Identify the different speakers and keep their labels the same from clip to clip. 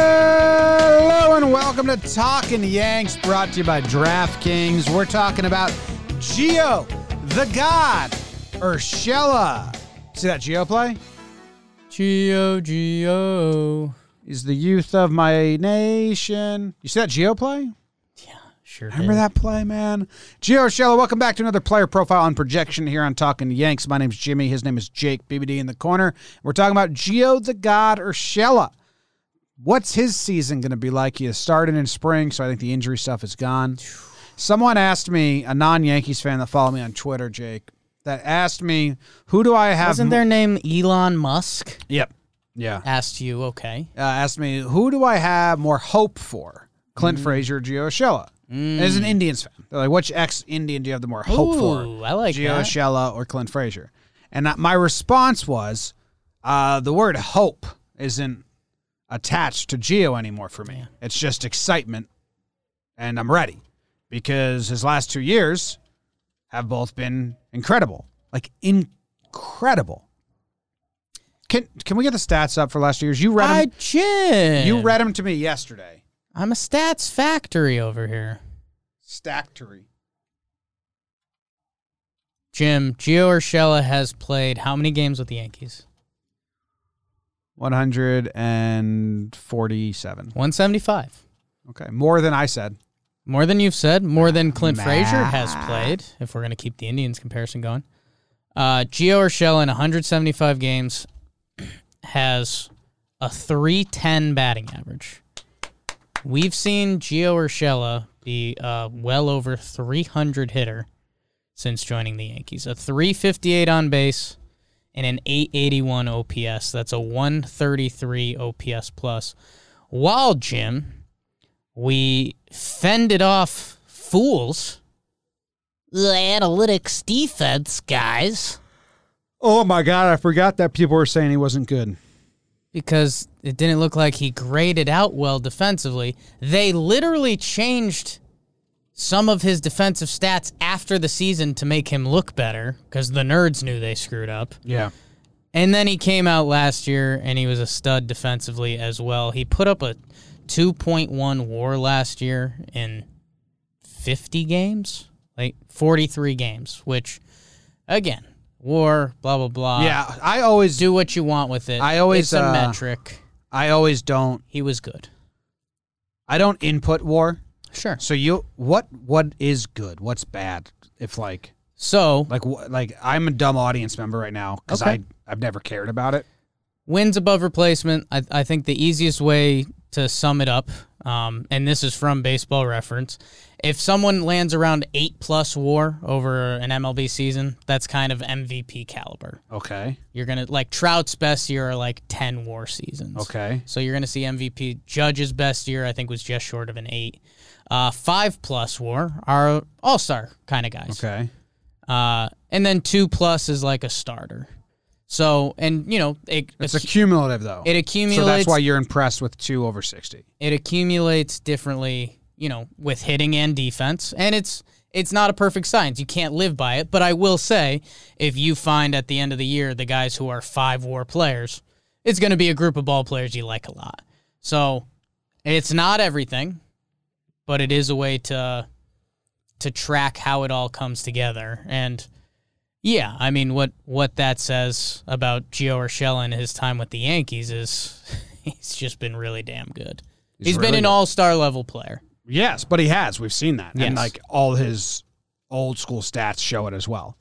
Speaker 1: Hello and welcome to Talking Yanks, brought to you by DraftKings. We're talking about Geo, the God, Urshela. See that Geo play?
Speaker 2: Geo, Geo.
Speaker 1: Is the youth of my nation. You see that Geo play?
Speaker 2: Sure.
Speaker 1: Remember that play, man? Gio Urshela, welcome back to another player profile on projection here on Talking Yanks. My name's Jimmy. His name is Jake BBD in the corner. We're talking about Gio the God Urshela. What's his season going to be like? He has started in spring, so I think the injury stuff is gone. Someone asked me, a non Yankees fan that followed me on Twitter, Jake, that asked me, who do I have?
Speaker 2: Wasn't their name Elon Musk?
Speaker 1: Yep. Yeah.
Speaker 2: Asked you, okay.
Speaker 1: uh, asked me, "Who do I have more hope for,
Speaker 2: Mm.
Speaker 1: Clint Frazier or Gio Urshela?" As an Indians fan, they're like, "Which ex-Indian do you have the more hope
Speaker 2: Ooh,
Speaker 1: for,
Speaker 2: I like
Speaker 1: Gio
Speaker 2: that.
Speaker 1: Urshela or Clint Frazier?" And I, my response was, uh, "The word hope isn't attached to Gio anymore for me. It's just excitement, and I'm ready because his last two years have both been incredible, like incredible." Can, can we get the stats up for last year's? You read 'em.
Speaker 2: I did.
Speaker 1: You read them to me yesterday.
Speaker 2: I'm a stats factory over here.
Speaker 1: Stactory.
Speaker 2: Jim, Gio Urshela has played how many games with the Yankees?
Speaker 1: 147.
Speaker 2: 175.
Speaker 1: Okay. More than I said.
Speaker 2: More than you've said, more than Clint
Speaker 1: Math.
Speaker 2: Frazier has played, if we're going to keep the Indians comparison going. Uh, Gio Urshela in 175 games has a 310 batting average. We've seen Gio Urshela be uh, well over 300 hitter since joining the Yankees. A 358 on base and an 881 OPS. That's a 133 OPS plus. While Jim we fended off fools. The analytics defense guys.
Speaker 1: Oh my God. I forgot that people were saying he wasn't good.
Speaker 2: Because it didn't look like he graded out well defensively. They literally changed some of his defensive stats after the season to make him look better because the nerds knew they screwed up.
Speaker 1: Yeah.
Speaker 2: And then he came out last year and he was a stud defensively as well. He put up a 2.1 war last year in 50 games, like 43 games, which, again, war, blah, blah, blah.
Speaker 1: yeah. I always do.
Speaker 2: Do what you want with it.
Speaker 1: I always,
Speaker 2: It's a
Speaker 1: uh,
Speaker 2: metric.
Speaker 1: I always don't.
Speaker 2: He was good.
Speaker 1: I don't input war.
Speaker 2: Sure.
Speaker 1: So you, what, what is good? What's bad? If like,
Speaker 2: So,
Speaker 1: like, wh- like I'm a dumb audience member right now because
Speaker 2: Okay.
Speaker 1: I, I've never cared about it.
Speaker 2: wins above replacement. I, I think the easiest way to sum it up, um, and this is from Baseball Reference, if someone lands around eight plus WAR over an MLB season, that's kind of MVP caliber.
Speaker 1: Okay.
Speaker 2: You're gonna like Trout's best year are like ten WAR seasons.
Speaker 1: Okay.
Speaker 2: So you're going to see MVP. Judge's best year, I think, was just short of an eight. Uh, five plus WAR are all star kind of guys.
Speaker 1: Okay.
Speaker 2: Uh, and then two plus is like a starter. So and you know it,
Speaker 1: It's accumulative though.
Speaker 2: it accumulates.
Speaker 1: so that's why you're impressed with two over 60.
Speaker 2: it accumulates differently, you know, with hitting and defense. And it's it's not a perfect science. You can't live by it. But I will say, if you find at the end of the year the guys who are five war players, it's going to be a group of ball players you like a lot. So it's not everything, but it is a way to to track how it all comes together. And yeah, I mean what what that says about Gio Urshela and his time with the Yankees is he's just been really damn good. he's been
Speaker 1: really
Speaker 2: an
Speaker 1: good.
Speaker 2: all-star level player.
Speaker 1: Yes, but he has. We've seen that.
Speaker 2: Yes.
Speaker 1: And like all his old school stats show it as well.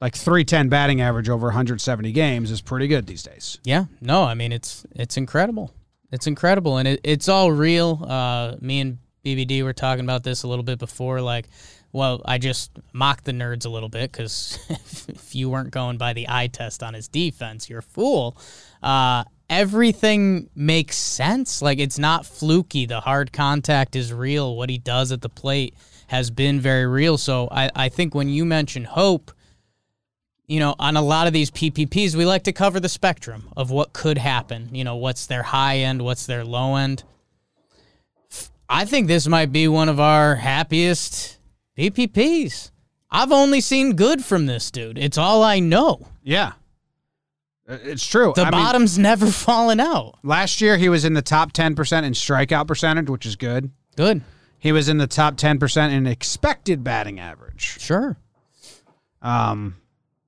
Speaker 1: Like 310 batting average over 170 games is pretty good these days.
Speaker 2: Yeah, no, I mean it's it's incredible. It's incredible, and it, it's all real. Uh, me and BBD were talking about this a little bit before. Like, well, I just mocked the nerds a little bit because if you weren't going by the eye test on his defense, you're a fool. Uh, everything makes sense. Like, it's not fluky. The hard contact is real. What he does at the plate has been very real. So I, I think when you mention hope, you know, on a lot of these PPPs, we like to cover the spectrum of what could happen. You know, what's their high end, what's their low end. I think this might be one of our happiest PPPs. I've only seen good from this dude. It's all I know.
Speaker 1: Yeah. Uh, It's true.
Speaker 2: The
Speaker 1: I mean,
Speaker 2: bottom's never fallen out.
Speaker 1: last year he was in the top 10% in strikeout percentage, which is good.
Speaker 2: Good.
Speaker 1: He was in the top 10% in expected batting average.
Speaker 2: Sure.
Speaker 1: Um,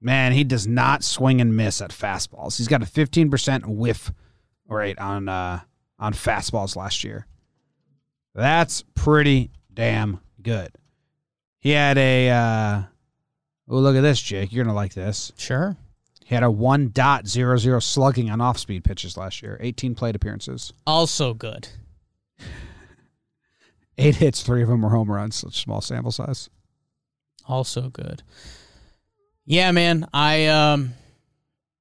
Speaker 1: man, he does not swing and miss at fastballs. He's got a 15% whiff rate on uh, on fastballs last year. That's pretty damn good. He had a uh, oh look at this, Jake. You're gonna like this.
Speaker 2: Sure.
Speaker 1: He had a 1.00 slugging on off-speed pitches last year. 18 plate appearances,
Speaker 2: Also good.
Speaker 1: eight hits, three of them were home runs. Such small sample size.
Speaker 2: Also good. Yeah, man. I um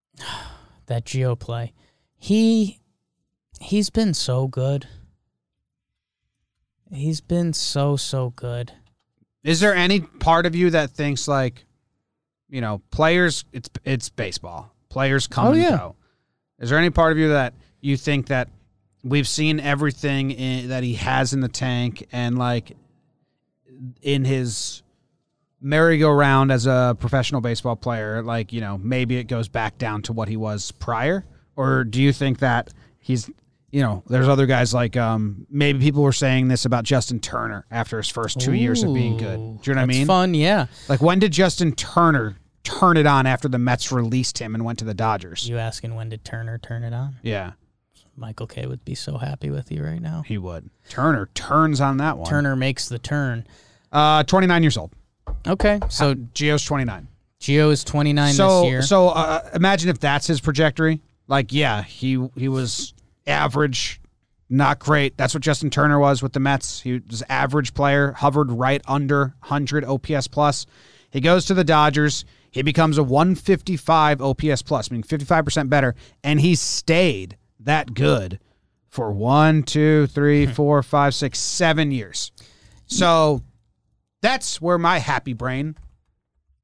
Speaker 2: that Geo play. He he's been so good. He's been so so good.
Speaker 1: Is there any part of you that thinks like, you know, players? It's it's baseball. Players come
Speaker 2: Oh,
Speaker 1: and
Speaker 2: yeah.
Speaker 1: go. Is there any part of you that you think that we've seen everything in, that he has in the tank and like in his merry-go-round as a professional baseball player? Like, you know, maybe it goes back down to what he was prior, or do you think that he's you know, there's other guys like um, maybe people were saying this about Justin Turner after his first two years of being good. Do
Speaker 2: Ooh,
Speaker 1: you know what I
Speaker 2: that's
Speaker 1: mean?
Speaker 2: Fun, yeah.
Speaker 1: Like when did Justin Turner turn it on after the Mets released him and went to the Dodgers?
Speaker 2: You asking when did Turner turn it on?
Speaker 1: Yeah,
Speaker 2: Michael K would be so happy with you right now.
Speaker 1: he would. Turner turns on that one.
Speaker 2: Turner makes the turn.
Speaker 1: Uh, 29 years old.
Speaker 2: Okay, so
Speaker 1: Geo's 29.
Speaker 2: Gio is 29
Speaker 1: So
Speaker 2: this year.
Speaker 1: so uh, imagine if that's his trajectory. Like yeah, he he was average, not great. That's what Justin Turner was with the Mets. He was average player, hovered right under 100 OPS plus. He goes to the Dodgers. He becomes a 155 OPS plus, meaning 55% better, and he stayed that good for one, two, three,
Speaker 2: Mm-hmm.
Speaker 1: four, five, six, seven years. So that's where my happy brain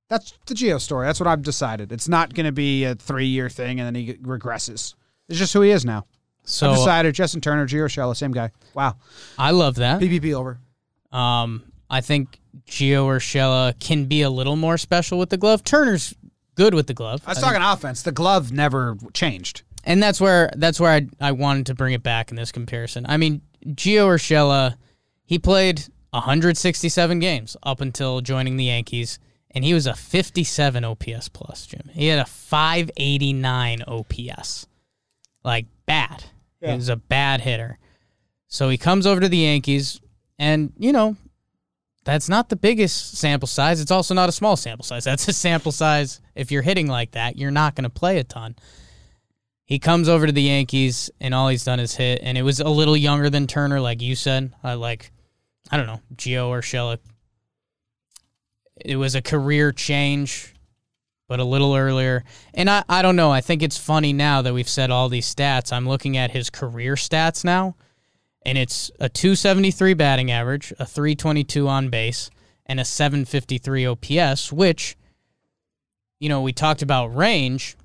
Speaker 1: that's the Geo story. That's what I've decided. It's not going to be a three year thing and then he regresses. It's just who he is now.
Speaker 2: so
Speaker 1: I've decided Justin Turner, Gio Shella, same guy. Wow.
Speaker 2: I love that.
Speaker 1: PvP over.
Speaker 2: Um, I think Gio Urshela can be a little more special with the glove. Turner's good with the glove,
Speaker 1: I was talking offense. The glove never changed.
Speaker 2: and that's where that's where I I wanted to bring it back in this comparison. I mean, Gio Urshela, he played 167 games up until joining the Yankees. And he was a 57 OPS plus, Jim. He had a 589 OPS. Like, bad. He was a bad hitter. So he comes over to the Yankees, and, you know, that's not the biggest sample size. It's also not a small sample size. That's a sample size. If you're hitting like that, you're not going to play a ton. He comes over to the Yankees, and all he's done is hit. And it was a little younger than Turner, like you said. I like, I don't know, Gio or Shella. It was a career change, but a little earlier. And I, I don't know. I think it's funny now that we've said all these stats. I'm looking at his career stats now, and it's a 273 batting average, a 322 on base, and a 753 OPS, which, you know, we talked about range.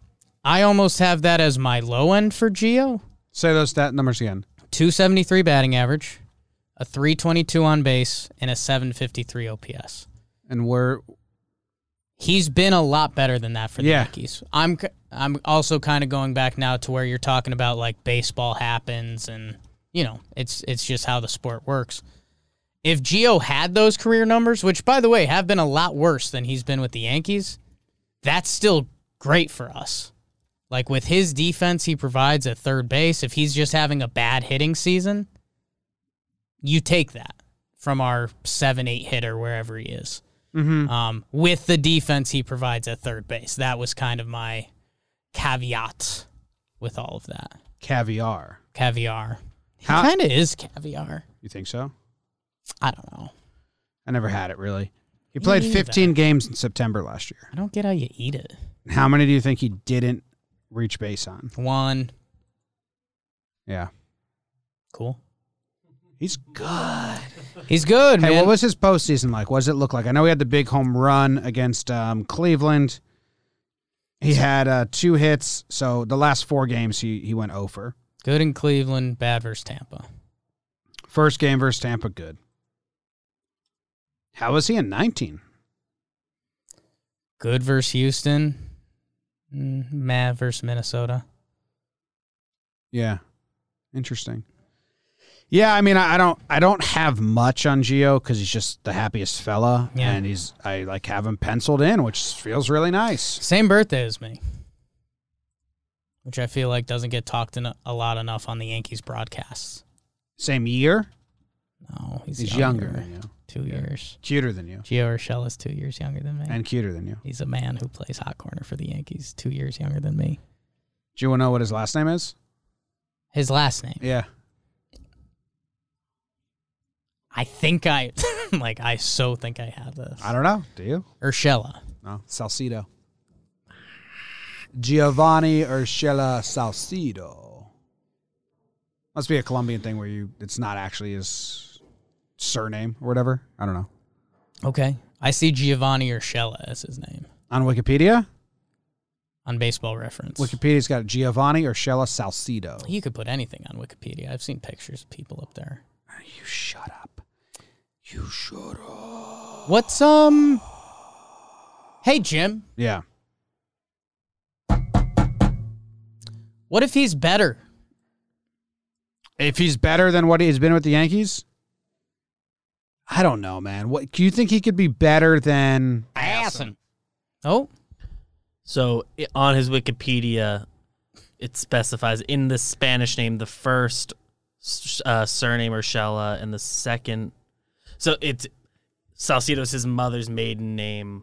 Speaker 2: I almost have that as my low end for Gio.
Speaker 1: Say those stat numbers again.
Speaker 2: 273 batting average, a 322 on base, and a 753 OPS.
Speaker 1: And we're
Speaker 2: He's been a lot better than that for the
Speaker 1: Yeah.
Speaker 2: Yankees. I'm c- I'm also kind of going back now to where you're talking about like baseball happens and you know, it's it's just how the sport works. If Gio had those career numbers, which by the way have been a lot worse than he's been with the Yankees, that's still great for us. Like with his defense he provides at third base, if he's just having a bad hitting season, you take that from our 7-8 hitter wherever he is
Speaker 1: Mm-hmm.
Speaker 2: um, with the defense he provides at third base. That was kind of my caveat with all of that.
Speaker 1: caviar.
Speaker 2: Caviar. He
Speaker 1: How-
Speaker 2: kind of is caviar.
Speaker 1: You think so?
Speaker 2: I don't know.
Speaker 1: I never had it really. He played
Speaker 2: neither.
Speaker 1: 15 games in September last year.
Speaker 2: I don't get how you eat it.
Speaker 1: How many do you think he didn't reach base on?
Speaker 2: One.
Speaker 1: Yeah.
Speaker 2: Cool.
Speaker 1: He's good.
Speaker 2: He's good,
Speaker 1: Hey,
Speaker 2: man.
Speaker 1: what was his postseason like? What does it look like? I know he had the big home run against um, Cleveland. He had uh, two hits. So the last four games, he he went over.
Speaker 2: good in Cleveland, bad versus Tampa.
Speaker 1: First game versus Tampa, good. How was he in 19?
Speaker 2: Good versus Houston, Mm, Mav versus Minnesota.
Speaker 1: Yeah. Interesting. Yeah, I mean, I, I don't, I don't have much on Geo because he's just the happiest fella,
Speaker 2: Yeah.
Speaker 1: and he's, I like have him penciled in, which feels really nice.
Speaker 2: Same birthday as me, which I feel like doesn't get talked in a, a lot enough on the Yankees broadcasts.
Speaker 1: Same year,
Speaker 2: No, he's,
Speaker 1: he's
Speaker 2: younger.
Speaker 1: younger, than you,
Speaker 2: Two years.
Speaker 1: cuter than you,
Speaker 2: Gio Urshela is two years younger than me.
Speaker 1: and cuter than you.
Speaker 2: he's a man who plays hot corner for the Yankees. Two years younger than me.
Speaker 1: Do you want to know what his last name is?
Speaker 2: His last name.
Speaker 1: Yeah,
Speaker 2: I think I like. I so think I have this.
Speaker 1: I don't know. Do you?
Speaker 2: Urshela.
Speaker 1: No, Salcido. Giovanni Urshela Salcido. Must be a Colombian thing where you it's not actually his surname or whatever. I don't know.
Speaker 2: Okay. I see Giovanni Urshela as his name
Speaker 1: On Wikipedia,
Speaker 2: on Baseball Reference.
Speaker 1: Wikipedia's got Giovanni Urshela Salcido.
Speaker 2: you could put anything on Wikipedia. I've seen pictures of people up there.
Speaker 1: You shut up. You shut up.
Speaker 2: What's um? Hey Jim,
Speaker 1: Yeah.
Speaker 2: what if he's better?
Speaker 1: If he's better than what he's been with the Yankees, I don't know, man. What do you think he could be better than?
Speaker 2: Assing. Oh,
Speaker 3: So i on his Wikipedia, it specifies in the Spanish name the first s- uh, surname Urshela and the second. So it's Salcido's his mother's maiden name.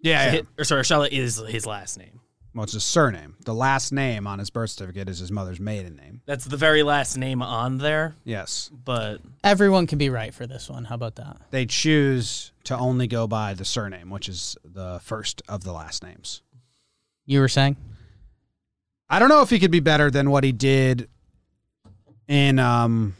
Speaker 1: Yeah.
Speaker 3: Hi- or sorry, Urshela is his last name.
Speaker 1: Well, it's his surname. The last name on his birth certificate is his mother's maiden name.
Speaker 3: That's the very last name on there,
Speaker 1: Yes.
Speaker 3: but
Speaker 2: everyone can be right for this one. How about that?
Speaker 1: They choose to only go by the surname, which is the first of the last names.
Speaker 2: You were saying?
Speaker 1: I don't know if he could be better than what he did in um,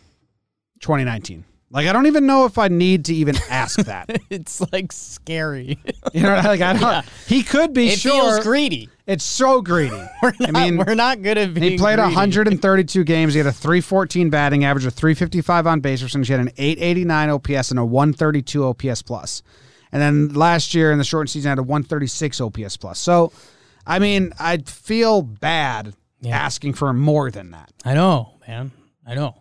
Speaker 1: 2019. Like, I don't even know if I need to even ask that.
Speaker 2: It's like scary.
Speaker 1: you know, like I don't. He could be
Speaker 2: it
Speaker 1: sure.
Speaker 2: feels greedy.
Speaker 1: it's so greedy.
Speaker 2: We're not,
Speaker 1: mean,
Speaker 2: we're not good at being.
Speaker 1: He played
Speaker 2: greedy.
Speaker 1: 132 games. He had a 314 batting average, a 355 on base percentage. He had an 889 OPS and a 132 OPS plus. And then last year in the shortened season, had a 136 OPS plus. So, I mean, I feel bad
Speaker 2: Yeah.
Speaker 1: asking for more than that.
Speaker 2: I know, man. I know.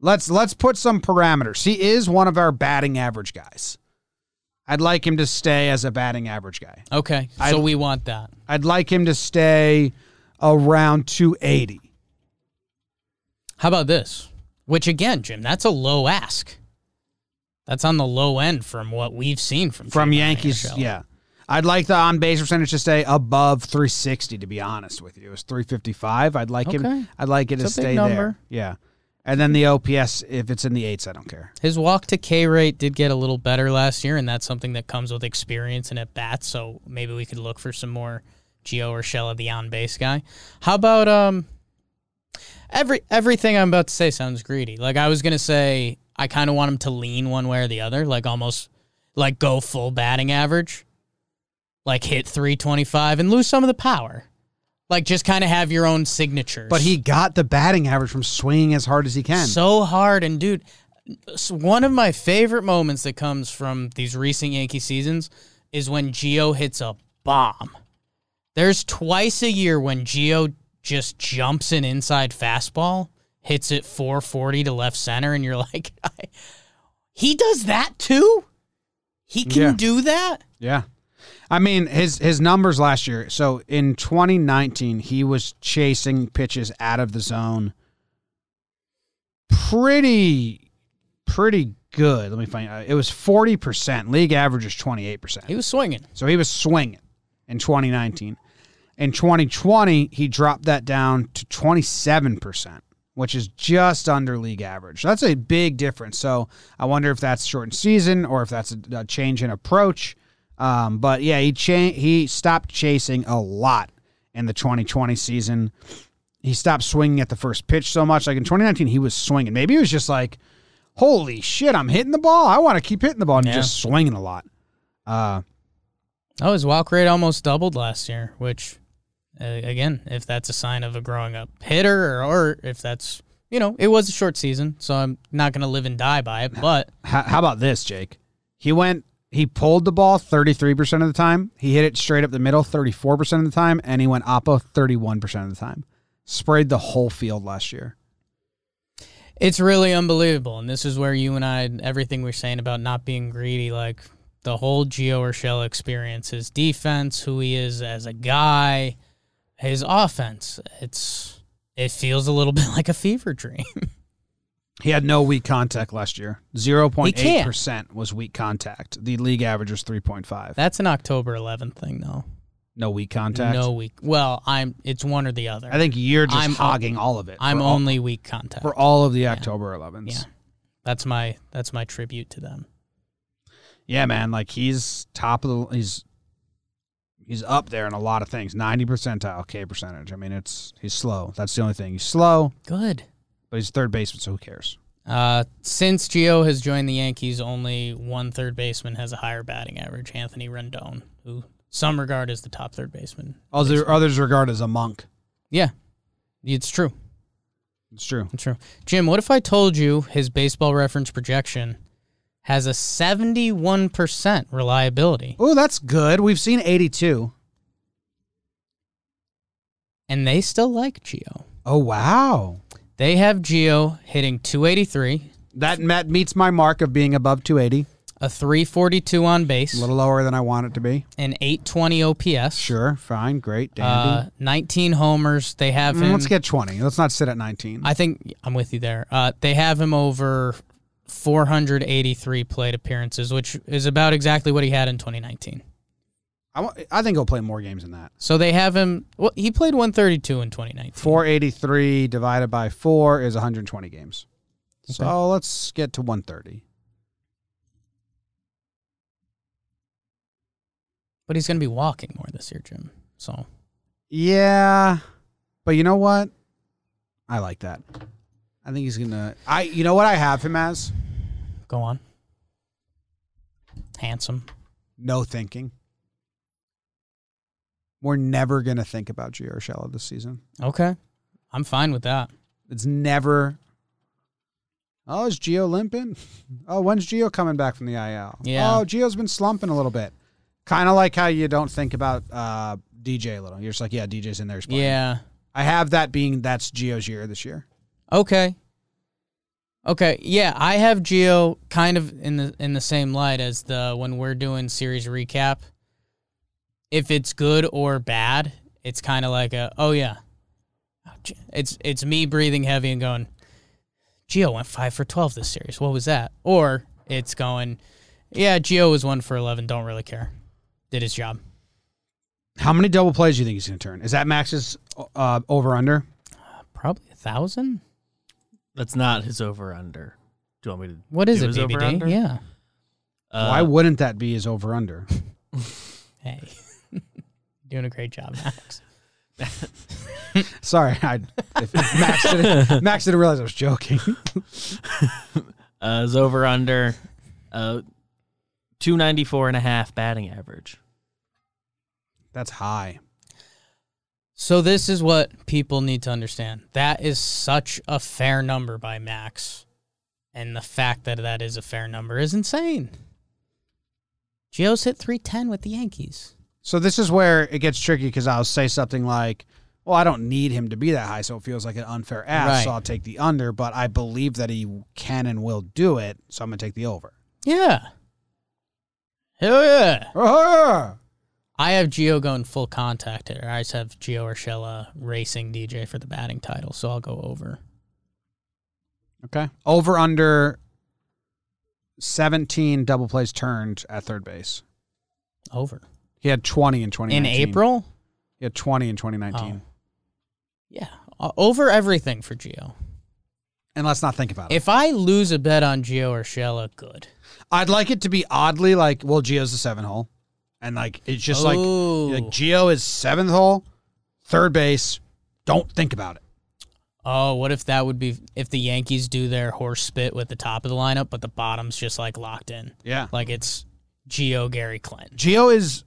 Speaker 1: Let's let's put some parameters. He is one of our batting average guys. I'd like him to stay as a batting average guy.
Speaker 2: Okay, so we want that.
Speaker 1: I'd like him to stay around 280.
Speaker 2: How about this? Which again, Jim, that's a low ask. That's on the low end from what we've seen from
Speaker 1: from
Speaker 2: Giovanni
Speaker 1: Yankees.
Speaker 2: Urshela.
Speaker 1: Yeah. I'd like the on base percentage to stay above 360. To be honest with you, it was 355. I'd like
Speaker 2: Okay.
Speaker 1: him. I'd like it
Speaker 2: It's
Speaker 1: to
Speaker 2: a
Speaker 1: stay
Speaker 2: big
Speaker 1: there.
Speaker 2: number.
Speaker 1: Yeah, and then the OPS if it's in the eights, I don't care.
Speaker 2: His walk to K rate did get a little better last year, and that's something that comes with experience and at bats. So maybe we could look for some more Gio or Shella, the on base guy. How about um? Every everything I'm about to say sounds greedy. Like I was gonna say, I kind of want him to lean one way or the other, like almost like go full batting average, like hit 325 and lose some of the power, like just kind of have your own signatures.
Speaker 1: But he got the batting average from swinging as hard as he can.
Speaker 2: so hard. And dude, s- one of my favorite moments that comes from these recent Yankee seasons is when Gio hits a bomb. There's twice a year when Gio just jumps an inside fastball, hits it 440 to left center, and you're like, I, he does that too. He can
Speaker 1: Yeah.
Speaker 2: do that.
Speaker 1: yeah, I mean his his numbers last year. So in 2019, he was chasing pitches out of the zone. Pretty, pretty good. Let me find. uh, It was 40 percent. League average is 28 percent.
Speaker 2: He was swinging.
Speaker 1: So he was swinging in 2019. In 2020, he dropped that down to 27%, which is just under league average. That's a big difference. So I wonder if that's shortened season or if that's a, a change in approach. Um, but yeah, he cha- he stopped chasing a lot in the 2020 season. He stopped swinging at the first pitch so much. Like in 2019, he was swinging. Maybe he was just like, "Holy shit, I'm hitting the ball. I want to keep hitting the ball and
Speaker 2: Yeah.
Speaker 1: just swinging a lot." Uh,
Speaker 2: Oh, his walk rate almost doubled last year, which, uh, again, if that's a sign of a growing up hitter or, or if that's, you know, it was a short season, so I'm not going to live and die by it, but
Speaker 1: How, how about this, Jake? He went He pulled the ball 33% of the time. He hit it straight up the middle 34% of the time. And he went oppo 31% of the time. Sprayed the whole field last year.
Speaker 2: It's really unbelievable. And this is where you and I, everything we're saying about not being greedy, like the whole Gio Urshela experience, his defense, who he is as a guy, his offense. It's it feels a little bit like a fever dream.
Speaker 1: He had no weak contact last year. 0.8% was weak contact. The league average was 3.5.
Speaker 2: That's an October 11th thing, though.
Speaker 1: No weak contact.
Speaker 2: No weak. Well, I'm. It's one or the other.
Speaker 1: I think you're just
Speaker 2: I'm-
Speaker 1: hogging all of it.
Speaker 2: I'm
Speaker 1: for all-
Speaker 2: only weak contact.
Speaker 1: for all of the October 11s.
Speaker 2: Yeah, that's my that's my tribute to them.
Speaker 1: Yeah, man. Like he's top of the he's he's up there in a lot of things. Ninety percentile K percentage. I mean, it's he's slow. That's the only thing. He's slow,
Speaker 2: Good.
Speaker 1: but he's third baseman, so who cares?
Speaker 2: Uh, since Gio has joined the Yankees, only one third baseman has a higher batting average, Anthony Rendon, who some regard as the top third baseman.
Speaker 1: Other, others regard as a monk.
Speaker 2: Yeah, it's true.
Speaker 1: It's true.
Speaker 2: It's true. Jim, what if I told you his baseball reference projection has a 71% reliability
Speaker 1: Oh, that's good. We've seen eighty-two.
Speaker 2: and they still like Gio?
Speaker 1: Oh wow.
Speaker 2: They have Gio hitting 283,
Speaker 1: That met, meets my mark of being above 280,
Speaker 2: a 342 on
Speaker 1: a
Speaker 2: base,
Speaker 1: little lower than I want it to be.
Speaker 2: an 820 OPS.
Speaker 1: Sure, fine, great, dandy.
Speaker 2: Uh, 19 homers. They have
Speaker 1: Mm,
Speaker 2: him.
Speaker 1: let's get 20. Let's not sit at 19.
Speaker 2: I think I'm with you there. Uh, they have him over 483 plate appearances, which is about exactly what he had in 2019.
Speaker 1: I, wa- I think he'll play more games than that.
Speaker 2: So they have him. Well, he played 132 in 2019.
Speaker 1: 483 divided by 4 is 120 games. So let's get to 130.
Speaker 2: But he's going to be walking more this year, Jim. So
Speaker 1: Yeah. But you know what? I like that. I think he's going to I you know what I have him as?
Speaker 2: go on. Handsome.
Speaker 1: No thinking. We're never going to think about Gio Urshela this season.
Speaker 2: Okay. I'm fine with that.
Speaker 1: It's never Oh, is Gio limping? Oh, when's Gio coming back from the IL?
Speaker 2: Yeah.
Speaker 1: Oh, Gio's been slumping a little bit. Kind of like how you don't think about uh, DJ a little. You're just like, yeah, DJ's in there. he's playing.
Speaker 2: Yeah.
Speaker 1: I have that being that's Gio's year this year.
Speaker 2: Okay. Okay. Yeah, I have Geo kind of in the in the same light as the when we're doing series recap. If it's good or bad, it's kind of like a oh yeah. Ouch. It's it's me breathing heavy and going. Geo went five for twelve this series. What was that? Or it's going, yeah. Geo was one for eleven. Don't really care. Did his job.
Speaker 1: How many double plays do you think he's going to turn? Is that Max's uh, over under?
Speaker 2: Probably a thousand.
Speaker 3: That's not his over under. Do you want me to?
Speaker 2: What is
Speaker 3: do
Speaker 2: it,
Speaker 3: his
Speaker 2: BBD?
Speaker 3: over-under?
Speaker 2: Yeah.
Speaker 3: Uh,
Speaker 1: Why wouldn't that be his over under?
Speaker 2: Hey, doing a great job, Max.
Speaker 1: Sorry, I if Max, didn't, Max didn't realize I was joking.
Speaker 3: uh, his over under, uh, two ninety four and a half batting average.
Speaker 1: That's high.
Speaker 2: So this is what people need to understand. That is such a fair number by Max, and the fact that that is a fair number is insane. Gio's hit 310 with the Yankees.
Speaker 1: So this is where it gets tricky because I'll say something like, "Well, I don't need him to be that high, so it feels like an unfair ask, so
Speaker 2: Right.
Speaker 1: I'll take the under." But I believe that he can and will do it, so I'm going to take the over.
Speaker 2: Yeah. Hell yeah.
Speaker 1: Ah!
Speaker 2: I have Gio going full contact here. I just have Gio Urshela racing DJ for the batting title, so I'll go over.
Speaker 1: Okay, over under. 17 double plays turned at third base.
Speaker 2: Over.
Speaker 1: He had 20 in 2019.
Speaker 2: In April?
Speaker 1: He had 20 in 2019.
Speaker 2: Oh. Yeah. O- Over everything for Gio.
Speaker 1: And let's not think about it.
Speaker 2: If I lose a bet on Gio Urshela, good.
Speaker 1: I'd like it to be oddly like, well, Geo's the seven hole. And like, it's just like,
Speaker 2: Ooh.
Speaker 1: like Geo is seventh hole, third base. Don't think about it.
Speaker 2: Oh, what if that would be if the Yankees do their horse spit with the top of the lineup, but the bottom's just like locked in,
Speaker 1: Yeah.
Speaker 2: like it's Geo Gary Clinton.
Speaker 1: Geo is.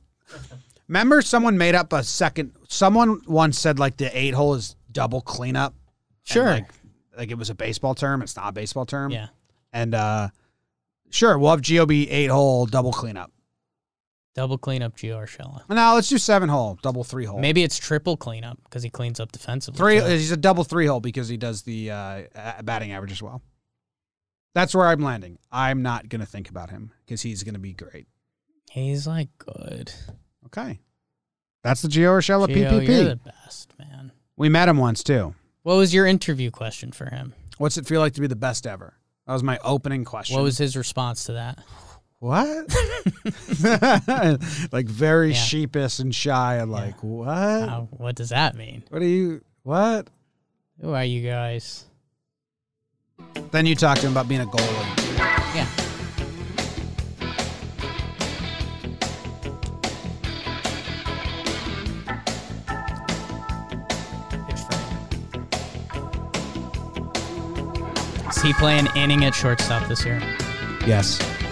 Speaker 1: Remember, someone made up a second. Someone once said like the eight hole is double cleanup. and,
Speaker 2: Sure.
Speaker 1: Like, like it was a baseball term. It's not a baseball term.
Speaker 2: yeah.
Speaker 1: And uh, sure, we'll have Geo be eight hole double cleanup.
Speaker 2: Double cleanup, Gio Urshela.
Speaker 1: No, let's do seven hole, double three hole.
Speaker 2: Maybe it's triple cleanup because he cleans up defensively.
Speaker 1: Three.
Speaker 2: too.
Speaker 1: He's a double three hole because he does the uh, a- batting average as well. That's where I'm landing. I'm not going to think about him because he's going to be great.
Speaker 2: He's like good.
Speaker 1: Okay. That's the Gio Urshela
Speaker 2: Gio,
Speaker 1: PPP.
Speaker 2: you're the best, man.
Speaker 1: We met him once too.
Speaker 2: What was your interview question for him?
Speaker 1: What's it feel like to be the best ever? That was my opening question.
Speaker 2: What was his response to that?
Speaker 1: what? like very
Speaker 2: Yeah.
Speaker 1: sheepish and shy and like what?
Speaker 2: How, what does that mean?
Speaker 1: What are you? What?
Speaker 2: Who are you guys?
Speaker 1: Then you talk to him about being a goalie.
Speaker 2: Yeah. Good for him. Is he playing inning at shortstop this year?
Speaker 1: Yes.